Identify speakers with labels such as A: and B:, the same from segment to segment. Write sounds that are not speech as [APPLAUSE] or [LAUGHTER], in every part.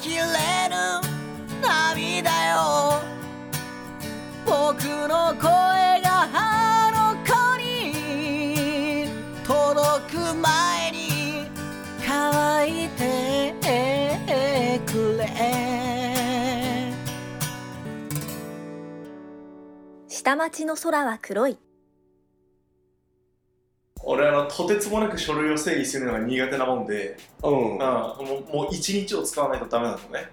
A: きれぬ涙よ僕の声があの子に届く前に乾いてくれ
B: 下町の空は黒い
C: 俺あのとてつもなく書類を整理するのが苦手なもんで、
D: うん
C: うん、もうもう一日を使わないとダメなのね、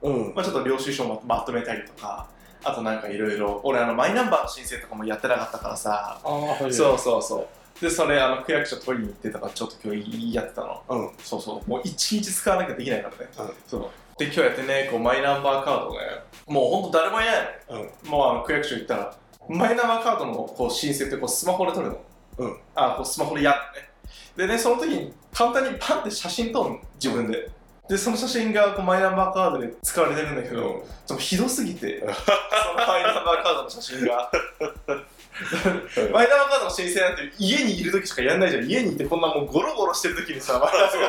D: うん
C: まあ、ちょっと領収書もまとめたりとかあとなんかいろいろ俺あのマイナンバーの申請とかもやってなかったからさ、
D: ああはい
C: そうそうそうでそれあの区役所取りに行ってたからちょっと今日やってたの
D: うん
C: そうそうもう一日使わなきゃできないからね、
D: うん
C: そうで今日やってねこうマイナンバーカードねもうほんと誰もいないの
D: うん
C: もうあの区役所行ったら、マイナンバーカードのこう申請ってこうスマホで撮るの。
D: うん。
C: あ、こうスマホでやってね。でね、その時に簡単にパンって写真撮るの、自分で。で、その写真がこうマイナンバーカードで使われてるんだけど、でもひどすぎ
D: [LAUGHS]
C: て、そのマイナンバーカードの写真が。マイナンバーカードの申請なんて家にいる時しかやんないじゃん。家にいてこんなもうゴロゴロしてる時にさ、マイナンバーカー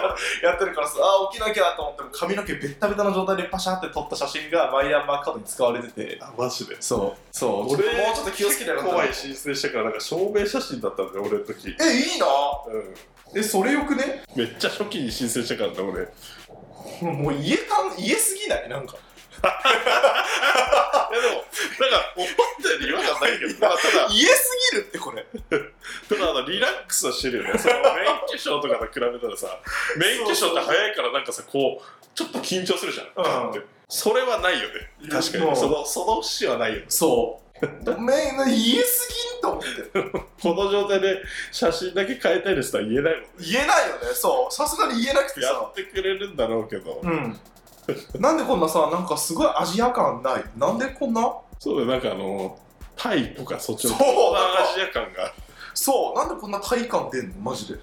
C: ドやってるからさ、あー、起きなきゃと思っても髪の毛ベッタベタの状態でパシャって撮った写真がマイナンバーカードに使われてて。
D: あマジで
C: そう、そう、ち
D: 俺
C: ょっともうちょっと気をつけてよかったな
D: 怖い申請したからなんか証明写真だったんだよ俺の時
C: え、いいな
D: うん
C: え、それよくね
D: めっちゃ初期に申請したからだ俺
C: もう家かん、家すぎないなんか。
D: いやでも、なんか、思ったより違和感ないけど、まあ、 [LAUGHS] ただ、
C: 家すぎるってこれ。
D: ただあのリラックスはしてるよね、その免許証とかと比べたらさ、免許証って早いから、なんかさ、こう、ちょっと緊張するじゃん、
C: うん
D: それはないよね、確か
C: もう
D: に、そのその節はないよね、
C: そう。ごめんな、家すぎんと思って。
D: この状態で写真だけ変えたいですとは言えないもん、
C: 言えないよね、そう。さすがに言えなくて
D: や
C: さ
D: っ。てくれるんだろうけど、
C: うん。なんでこんなさ、なんかすごいアジア感ない。なんでこんな
D: そうだよ、なんかあの、タイとかそっちの
C: そう
D: 東南アジア感が、
C: そう、なんでこんな体感出んのマジで。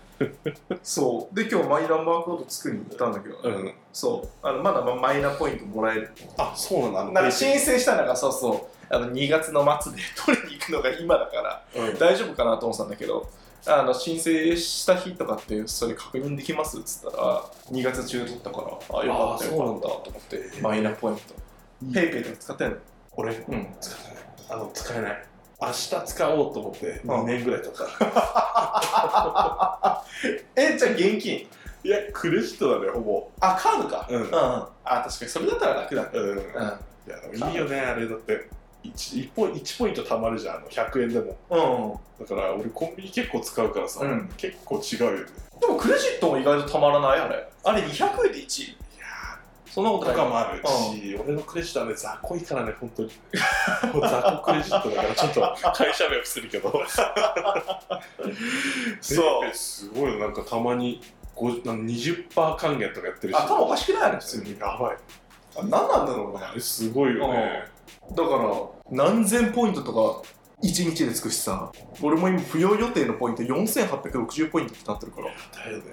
C: そう。で、今日マイナンバーカード作りに行ったんだけど、
D: うん、
C: そう。あの、まだまマイナポイントもらえる。
D: あそうなんだあの、
C: なんか申請したのがそうそうあの2月の末で取りに行くのが今だから
D: うん
C: 大丈夫かなと思ってたんだけどあの申請した日とかってそれ確認できますっつったら2月中取ったからあよかったよかったと思ってマイナポイント
D: うん
C: ペイペイとか使ってんの
D: 俺、
C: うん
D: 使えないあの使えない明日使おうと思って
C: ん
D: 2年ぐらい経った、
C: えじゃあ現金
D: いやクレジットだねほぼ
C: あカードか
D: うん
C: うんあ確かにそれだったら楽だね
D: うん、いうやでもいいよねあれだって 1, ポ1ポイント貯まるじゃんあの100円で
C: ん
D: も
C: うん
D: だから俺コンビニ結構使うからさ、
C: うん
D: 結構違うよね
C: でもクレジットも意外とたまらないあれあれ200円で1位そんなこと
D: と
C: ない
D: かもあるし、俺のクレジットはね雑魚いからね本当にもう雑魚クレジットだからちょっと会社名をするけど
C: そう
D: ペイペイすごいよなんかたまに50なんか20%還元とかやってるし
C: 頭おかしくないあれ普通に
D: やばい
C: あ何なんだろうね
D: あれすごいよね、
C: だから何千ポイントとか1日でつくしさ俺も今扶養予定のポイント4860ポイントってなってるから
D: だよね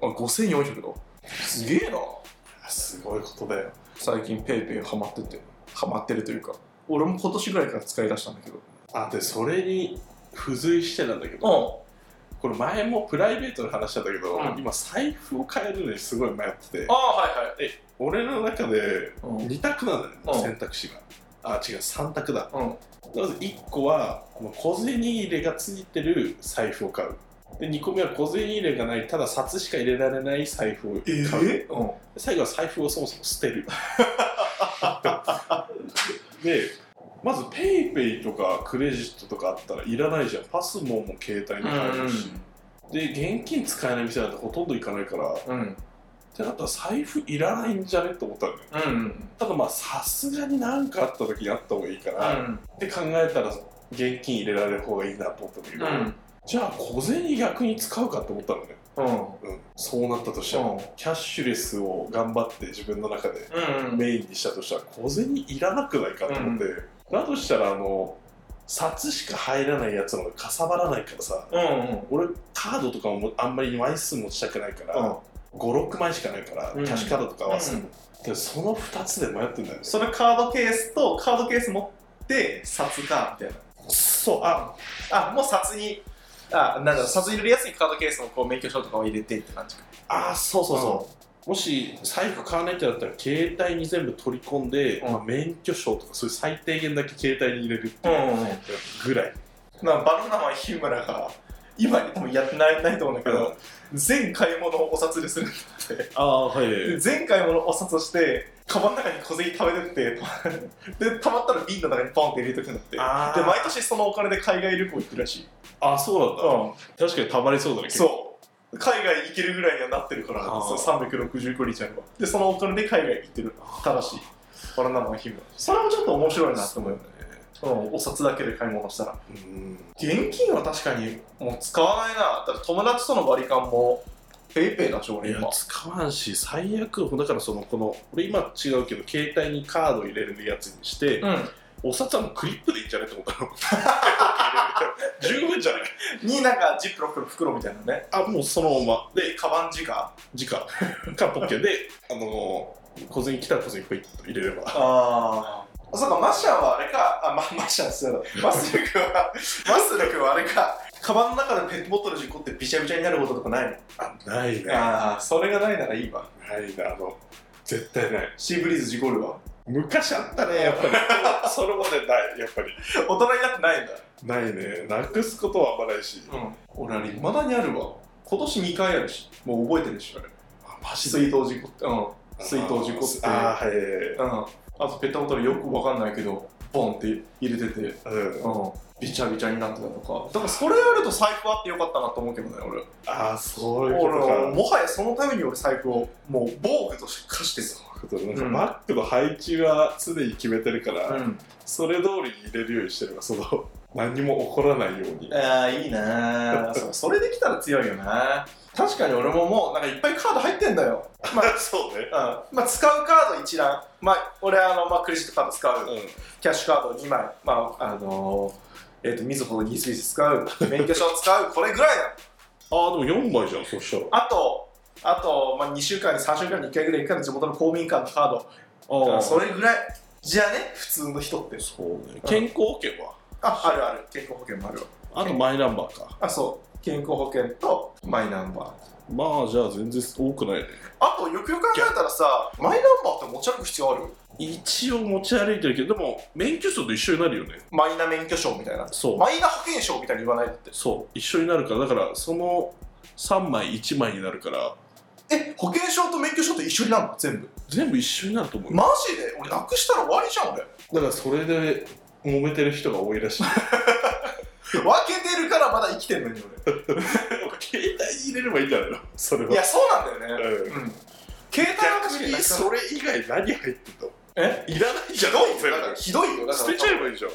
C: うんあ5400だすげえな
D: すごいことだよ
C: 最近ペイペイハマっててハマってるというか俺も今年ぐらいから使い出したんだけど
D: あでそれに付随してなんだけど、
C: う
D: これ前もプライベートの話なんだけど、
C: うん
D: 今財布を変えるのにすごい迷ってて
C: ああ
D: 俺の中で
C: はいはい
D: 2択なんだよね、
C: うん
D: 選択肢があ違う3択だ
C: うんうん
D: まず1個はこの小銭入れがついてる財布を買うで2個目は小銭入れがないただ札しか入れられない財布を買う、
C: うん
D: 最後は財布をそもそも捨てる [LAUGHS] でまず PayPay ペイペイとかクレジットとかあったらいらないじゃんパスモも携帯に入るし、で現金使えない店なんてほとんど行かないからっ
C: うん
D: てなったら財布いらないんじゃねと思ったのよ
C: うん
D: ただまあさすがに何かあった時にあった方がいいから、って考えたら現金入れられる方がいいなと思ったんだけど、じゃあ小銭逆に使うかって思ったのね、
C: うん
D: うん、そうなったとしたら、
C: うん
D: キャッシュレスを頑張って自分の中で
C: うん
D: メインにしたとしたら小銭いらなくないかと思って、だとしたらあの札しか入らないやつの方がかさばらないからさ
C: うん
D: 俺カードとかもあんまり枚数持ちたくないから、56枚しかないから、
C: うん
D: キャッシュカードとか合わせて
C: う
D: も、でその2つで迷ってんだよね
C: それカードケースとカードケース持って札かみたいな
D: そうあ
C: あ、もう札に、あ、なんだろう、札入れるやつにカードケースのこう免許証とかを入れてって感じか。
D: あそうそうそう、もし財布買わないってなったら携帯に全部取り込んで、
C: うん
D: まあ、免許証とかそういう最低限だけ携帯に入れるって
C: う
D: い
C: ん
D: う
C: うんうん
D: ぐらい、
C: なんかバナナマン日村が今多分やってないないと思うんだけど、全買い物をお札でするんだって
D: ああはい
C: で全買い物をお札してカバンの中に小銭食べてってでたまったら瓶の中にポンって入れとくんだって
D: あー
C: で毎年そのお金で海外旅行行ってるらしい、
D: あそうなんだ、
C: うん、
D: 確かにたまりそうだね結構
C: そう海外行けるぐらいにはなってるから
D: あー
C: そう365日あればでそのお金で海外行ってるただしいバナナマン日村それもちょっと面白いなと思うよねうんお札だけで買い物したら
D: うん
C: 現金は確かにもう使わないなだから友達との割り勘もペイペイだし
D: い
C: 俺
D: や
C: 今
D: 使わんし最悪だからそのこの俺今違うけど携帯にカード入れるやつにして、
C: う
D: お札はもうクリップでいいんじゃないと思ったの [LAUGHS] 十分じゃない
C: んになんかジップロックの袋みたいなね
D: あもうそのまま
C: でカバン時間
D: 直かポッケであのー小銭来たら小銭ポイッと入れれば
C: ああそうかマッシャンはあれかあ、ま、マッシャンそうだマスル君はマスル君はあれかカバンの中でペットボトル事故ってびちゃびちゃになることとかない
D: あない
C: の
D: ね
C: ああそれがないならいいわ
D: ないなあの絶対ない
C: シーブリーズ事故るわ
D: 昔あったねやっぱり [LAUGHS] それまでないやっぱり
C: 大人になってないんだ
D: ないねなくすことはあんまないし
C: うん俺あれ未だにあるわ今年2回あるしもう覚えてるしあれ
D: あマ
C: 水筒事故ってうん水筒事故って
D: あーはい
C: うん、あとペットボトルよくわかんないけどボンって入れてて、
D: うん
C: うん、びちゃびちゃになってたとかだからそれやると財布あってよかったなと思うけどね俺
D: ああそういうことか
C: 俺もはやそのために俺財布をもう防具として貸してさ、
D: そういうこと
C: うん
D: なんかバッグの配置は常に決めてるから、
C: ん、
D: それ通りに入れるようにしてればその何にも起こらないように
C: ああいいなそそれできたら強いよな確かに俺ももうなんかいっぱいカード入ってんだよ、
D: [LAUGHS] まあそうね
C: うんまあ、使うカード一覧、まあ、俺あの、まあ、クレジットカード使う、キャッシュカード2枚、まあ、あのー、えっ、と、みずほのニースビス使う、免許証使う、こ [LAUGHS] れぐらいだ。
D: ああでも4枚じゃんそしたら
C: あと、あと、まあ、2週間に3週間に1回ぐらい行くから地元の公民館のカード。だからそ
D: そ
C: れぐらい。じゃあね、普通の人って。
D: うね健康保険は
C: あ、あるある。健康保険もあるわ。
D: あとマイナンバーか
C: あ、そう。健康保険とマイナンバー。
D: まあじゃあ全然多くないね
C: あと、よくよく考えたらさ、マイナンバーって持ち歩く必要ある
D: 一応持ち歩いてるけどでも免許証と一緒になるよね
C: マイナ免許証みたいな。
D: そう
C: マイナ保険証みたいに言わないだって。
D: そう一緒になるからだからその3枚1枚になるから
C: え、保険証と免許証って一緒になるの全部。
D: 全部一緒になると思うよ
C: マジで俺なくしたら終わりじゃん、俺。
D: だからそれで揉めてる人が多いらしい
C: 分けてるからまだ生きてんのに俺
D: [LAUGHS] 携帯に入れればいいんじゃないのそれはい
C: やそうなんだよね
D: うん
C: うん携帯は確かに
D: 逆にそれ以外何入ってんの
C: え
D: いらない
C: ひ
D: じゃん
C: どいよだからひどいよだから
D: 捨てちゃえばいいじゃん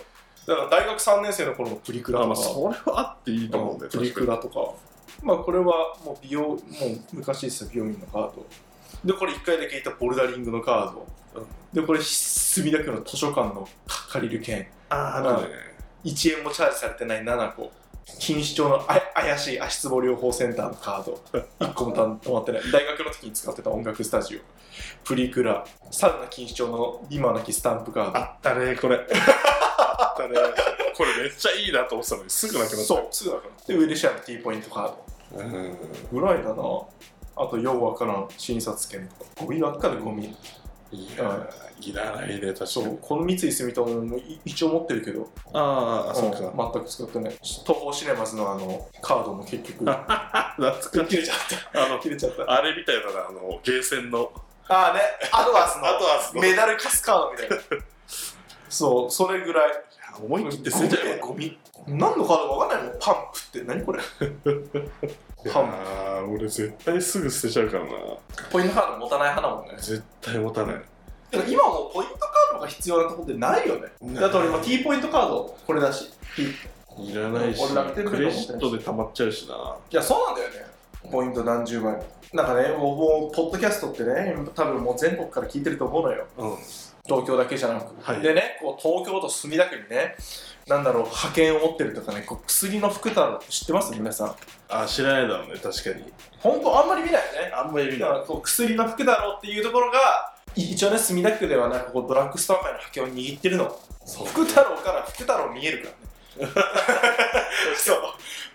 C: だから大学3年生の頃のプリクラ
D: あ
C: と
D: ま
C: か
D: あそれはあっていいと思うんだよ
C: プリクラとかまあこれはもう美容もう昔ですよ美容院のカードでこれ1回だけいたボルダリングのカード
D: うん
C: でこれ墨田区の図書館の借りる券
D: ああ
C: な
D: な
C: る
D: る
C: ね
D: ね
C: 1円もチャージされてない7個錦糸町のあ怪しい足つぼ療法センターのカード1 [LAUGHS] 個もたん止まってない大学の時に使ってた音楽スタジオプリクラサウナ錦糸町の今なきスタンプカー
D: あったねこれ [LAUGHS] あったねこれめっちゃいいなと思ってたのにすぐなくなっ
C: ド
D: た
C: そうすぐだからでウェルシアの T ポイントカー
D: うん
C: ドぐらいだなあとようわからん診察券とかゴミばっかでゴミ
D: いやいらないね確か
C: そう
D: に
C: この三井住友もい一応持ってるけど
D: あーあそうっ
C: ん全く使ってない東宝シネマズのあのカードも結
D: [LAUGHS]
C: 局
D: か懐か
C: 切
D: しい
C: れちゃっ
D: あ
C: た
D: の
C: 切れちゃった
D: あれみたいなのあのゲーセンの
C: ああね、アドアスの
D: アドアスの
C: メダルカスカードみたいな。そう、それぐらい。
D: 思い切って捨てちゃえば
C: ゴミ。何のカードか分かんないもん。パンプって何これ。
D: いやー俺絶対すぐ捨てちゃうからな
C: ポイントカード持たない派だもんね。
D: 絶対持たない
C: でも今もうポイントカードが必要なところってないよね。
D: ない
C: だって俺今 T ポイントカードこれだし。T
D: いらないし
C: 俺楽天ペイ
D: クレジットで溜まっちゃうしない
C: や、そうなんだよね。ポイント何十倍も。なんかね、もうもうポッドキャストってね、多分もう全国から聞いてると思うのよ。
D: うん
C: 東京だけじゃなく、
D: はい
C: でねこう東京都墨田区にねなんだろう派遣を持ってるとかねこう薬の福太郎って知ってます皆さん
D: あ知らないだろうね確かに
C: 本当あんまり見ないよね
D: あんまり見
C: だからこう薬の福太郎っていうところがい一応ね墨田区ではなんかこうドラッグストア界の派遣を握ってるの
D: そう
C: 福太郎から福太郎見えるからね [LAUGHS] そう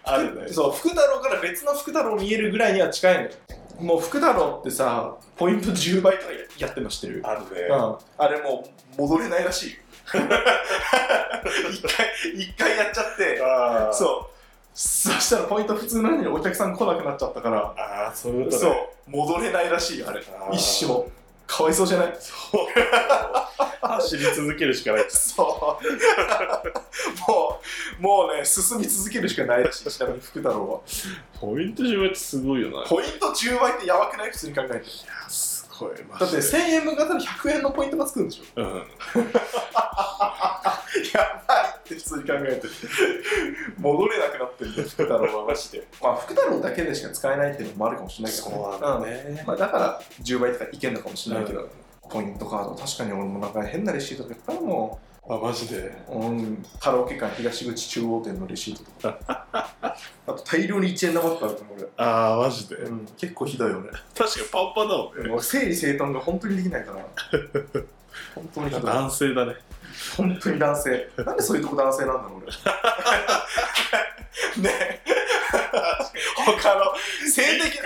D: あるね
C: そう福太郎から別の福太郎見えるぐらいには近いのよもう福太郎ってさポイント10倍とかやってましてる
D: あるね。
C: うん、あれもう戻れないら [LAUGHS] しいよ一回一回やっちゃって
D: ああ。う。
C: そうそしたらポイント普通なのにお客さん来なくなっちゃったから
D: ああ、そういうこと
C: そう
D: ね。 [LAUGHS]
C: 戻れないらしいよあれ
D: あー
C: 一生かわいそうじゃない
D: そう。走り続けるしかない。
C: そうもうもうね進み続けるしかないらしいちなみに福太郎
D: ポイント10倍ってすごいよな。
C: はポイント10倍ってやばくない普通に考えて
D: すごい。マ
C: だって
D: ジで
C: 1000円分がたら100円のポイントがつくんでしょ
D: うん。
C: [LAUGHS] やばいって普通に考えて戻れなくなってるんだよ福太郎はマジでまあ福太郎だけでしか使えないっていうのもあるかもしれないけど
D: そうなんだね
C: うんまあ、だから10倍とかいけんのかもしれないけど、ポイントカード確かに俺もなんか変なレシートとかいっぱいあるも
D: あ、マジで。
C: ん、うん、カラオケ館東口中央店のレシートとか [LAUGHS] あと大量に1円玉とかあると思う
D: ああ、マジで。
C: 俺、うん、結構ひどいよね
D: 確かにパンパンだもんね。
C: [LAUGHS] もう整理整頓が本当にできないから [LAUGHS] 本当にひどい
D: [LAUGHS] 男性だね。
C: 本当に男性なんでそういうとこ男性なんだろう俺 [LAUGHS] ねえ他の性的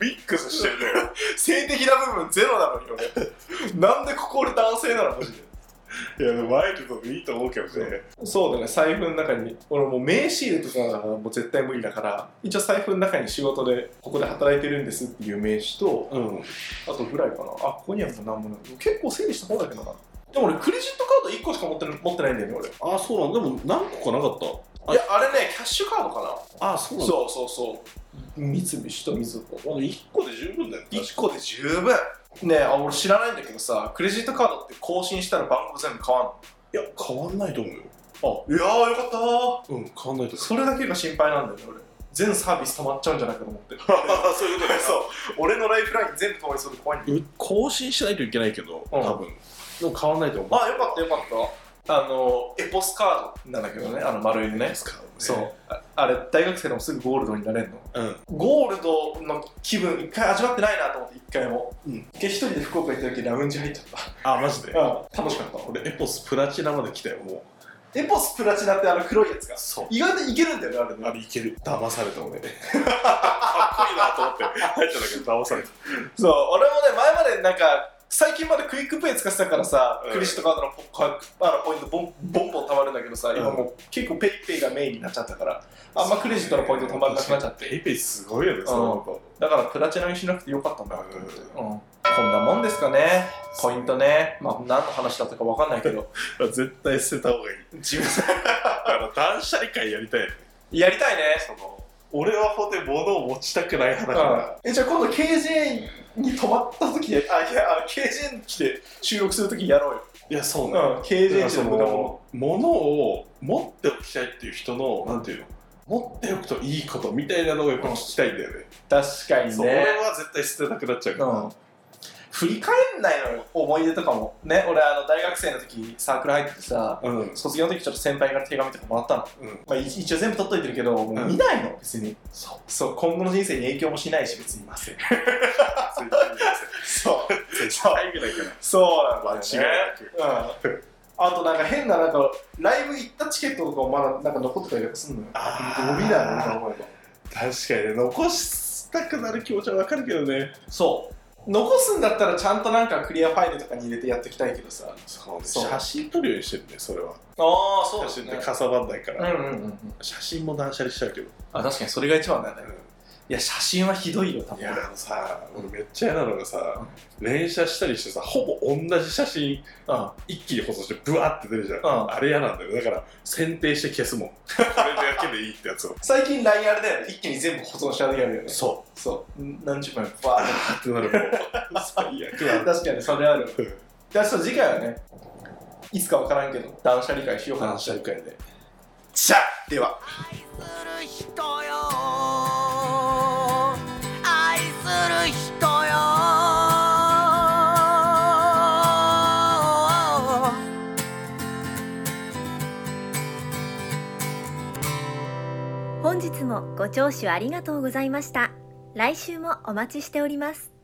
D: ミックスしてるね。
C: 性的な部分ゼロなのに俺なんでここ俺男性なのマジで
D: いや、でもワイルドでいいと思うけどね。
C: そうだね財布の中に俺もう名刺入れとかがもう絶対無理だから一応財布の中に仕事でここで働いてるんですっていう名刺と
D: うん。
C: あとぐらいかなあここにはもう何もない結構整理した方だけどなでも俺クレジットカード1個しか持ってない持ってないんだよね俺
D: ああ、そうなんでも何個かなかっあ
C: いやあれねキャッシュカードかな
D: た。ああ、そうなんだ。
C: そうそうそう。三菱とみずほ。
D: まあ、1個で十分だよ。
C: 1個で十分。ねえ、あ俺知らないんだけどさ、クレジットカードって更新したら番号全部変わ
D: いや、変わんないと思うよ。
C: んの。いやーよかっ
D: うん、変わんない [LAUGHS] と
C: たー。それだけが心配なんだよね、俺。全サービス止まっちゃうんじゃないかと思って。
D: ああ、そういうことね。
C: そう。俺のライフライン全部止まりそうで怖いんだよ。
D: う更新しないといけないけど、
C: うん
D: 多分でも変わんないと思う
C: あ、よかったよかった。あの、エポスカードなんだけどね、あの丸いね。
D: 使うね
C: そう。ああれ、大学生でもすぐゴールドになれんの
D: うん
C: ゴールドの気分一回味わってないなと思って一回も、
D: うん
C: で一人で福岡行った時ラウンジ入っちゃった
D: あマジで
C: 楽しかった俺
D: 俺エポスプラチナまで来たよも
C: エポスプラチナってあの黒いやつが
D: うそう
C: 意外といけるんだよねあれね
D: あれいける騙された俺かっこいいなと思って入ったんだけど騙された
C: そう俺もね前までなんか最近までクイックペイ使ってたからさ、
D: うん
C: クレジットカードのポかあのポイントボンボンボン貯まるんだけどさ、今もう結構ペイペイがメインになっちゃったからあんまクレジットのポイント貯まらなくなっちゃって
D: てエペすごいよねそのこと
C: だからプラチナにしなくてよかったんだなと思って、
D: うん
C: うんこんなもんですかねポイントねまあ何の話だったかわかんないけ
D: [LAUGHS]
C: ど
D: 絶対捨てた方がいい
C: 自分
D: だから断捨離会やりたいよね
C: やりたいね
D: その俺はほんで物を持ちたくない派だから
C: えじゃあ今度 KJ に泊まった時であいやあ KJ に来て収録する時やろうよ、
D: いやそう
C: う
D: なの
C: ん、KJ
D: だから
C: に
D: そ
C: の無駄も
D: の物を持っておきたいっていう人の、なんていうの持っておくといいことみたいなのをやっぱ聞きたいんだよね、
C: 確かに
D: そう俺
C: ね
D: は絶対捨てたくなっちゃうから、
C: うん振り返んないのよ思い出とかもね俺あの大学生の時サークル入っててさ
D: うん
C: 卒業の時ちょっと先輩から手紙とかもらったの、
D: うん
C: まあ、一一応全部取っといてるけどもう見ないの別に
D: そう
C: そう今後の人生に影響もしないし別に
D: ません
C: そうそう
D: ぐらいか
C: そうなんだよね
D: 間違いな
C: う
D: く
C: んあとなんか変ななんかライブ行ったチケットとかもまだなんか残ってたりとかするのよ
D: あー
C: ゴミだよね今思えば
D: 確かにね残したくなる気持ちはわかるけどね
C: そう残すんだったらちゃんとなんかクリアファイルとかに入れてやっていきたいけどさあ
D: そうね
C: そう
D: 写真撮るようにしてるねそれは
C: あそ
D: 写真ってかさばんないか
C: うん
D: ら、
C: うんうんうん
D: 写真も断捨離しちゃうけど、
C: あ確かにそれが一番だよねいや写真はひどいよ多
D: い
C: 分
D: やあのさ俺めっちゃ嫌なのがさ連写したりしてさほぼ同じ写真
C: うん
D: 一気に保存してブワーって出るじゃん、
C: うん
D: あれ嫌なんだよだから選定して消す [LAUGHS] もんこれだけでいいってやつを
C: 最近 LINE あれだよね一気に全部保存しちゃう時あるよね
D: そ
C: そう何十枚もバーっ
D: うってなるもん最悪
C: て
D: だ
C: 確かにそれあるじゃあちょっと次回はねいつかわからんけど断捨離会しようかな
D: 断捨離会で
C: じゃあでは
A: 愛する人よ愛する人よ
B: 本日もご聴取ありがとうございました来週もお待ちしております